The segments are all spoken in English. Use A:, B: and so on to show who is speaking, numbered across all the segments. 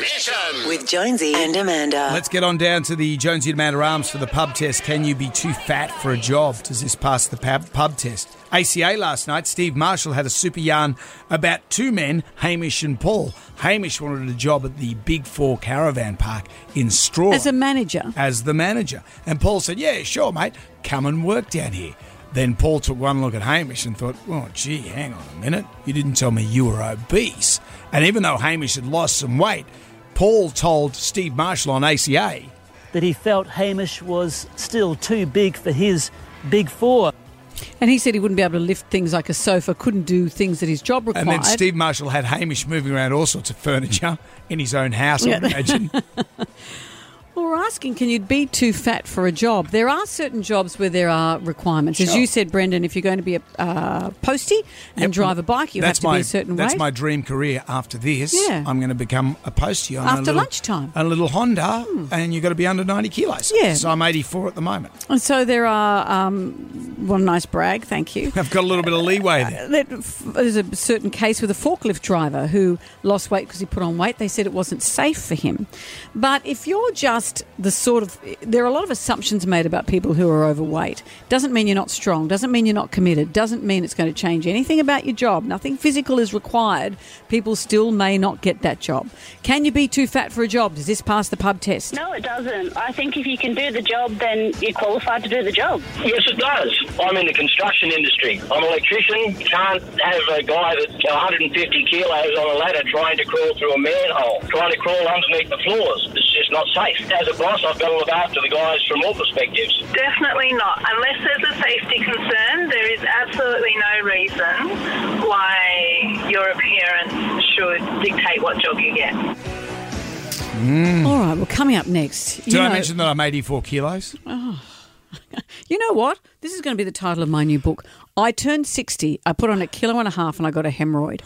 A: Mission.
B: With Jonesy and Amanda.
C: Let's get on down to the Jonesy and Amanda Arms for the pub test. Can you be too fat for a job? Does this pass the pub, pub test? ACA last night, Steve Marshall had a super yarn about two men, Hamish and Paul. Hamish wanted a job at the Big Four Caravan Park in Straw
D: As a manager.
C: as the manager. And Paul said, Yeah, sure, mate, come and work down here. Then Paul took one look at Hamish and thought, Oh, gee, hang on a minute. You didn't tell me you were obese. And even though Hamish had lost some weight, Paul told Steve Marshall on ACA,
E: that he felt Hamish was still too big for his big four.
D: And he said he wouldn't be able to lift things like a sofa, couldn't do things that his job required.
C: and then Steve Marshall had Hamish moving around all sorts of furniture in his own house, I would imagine.
D: Well, we're asking, can you be too fat for a job? There are certain jobs where there are requirements. As
C: Sure.
D: you said, Brendan, if you're going to be a uh, postie and
C: Yep.
D: drive a bike, you have to
C: my,
D: be a certain
C: That's
D: weight.
C: my dream career. After this,
D: Yeah.
C: I'm going to become a postie on a
D: After
C: little,
D: lunchtime. Hmm.
C: a little Honda, and you've got to be under 90 kilos.
D: Yeah.
C: So I'm 84 at the moment.
D: and so there are, um, well, nice brag, thank you.
C: I've got a little bit of leeway there.
D: That f- There's a certain case with a forklift driver who lost weight because he put on weight. They said it wasn't safe for him. But if you're just the sort of, there are a lot of assumptions made about people who are overweight. Doesn't mean you're not strong. Doesn't mean you're not committed. Doesn't mean it's going to change anything about your job. Nothing physical is required. People still may not get that job. Can you be too fat for a job? Does this pass the pub test?
F: No, it doesn't. I think if you can do the job, then you're qualified to do the job.
G: Yes, it does. I'm in the construction industry. I'm an electrician. Can't have a guy that's 150 kilos on a ladder trying to crawl through a manhole, trying to crawl underneath the floors. It's just not safe. As a boss, I've got to look after the guys from all perspectives.
H: Definitely not. Unless there's a safety concern, there is absolutely no reason why your appearance should dictate what job you get.
D: All right, well, coming up next.
C: Did I mention that I'm 84 kilos?
D: You know what? This is going to be the title of my new book. I turned 60, I put on a kilo and a half, and I got a hemorrhoid.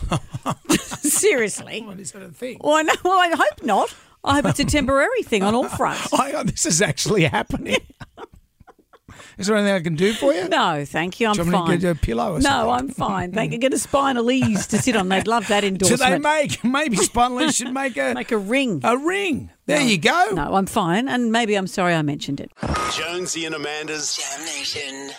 D: Seriously.
C: What is that a thing?
D: Well, I know, well, I hope not. I hope it's a temporary thing on all fronts.
C: Hang on, this is actually happening. is there anything I can do for you?
D: No, thank you. I'm
C: Do you want me to
D: fine.
C: get you a pillow or
D: no,
C: something?
D: I'm fine. Thank you. Get a spinal ease to sit on. They'd love that
C: Do
D: endorsement.
C: they make maybe Spinalese should make a
D: Make a ring.
C: a ring? There you go.
D: no, I'm fine, and maybe I'm sorry I mentioned it.
A: Jonesy and Amanda's
B: Damnation.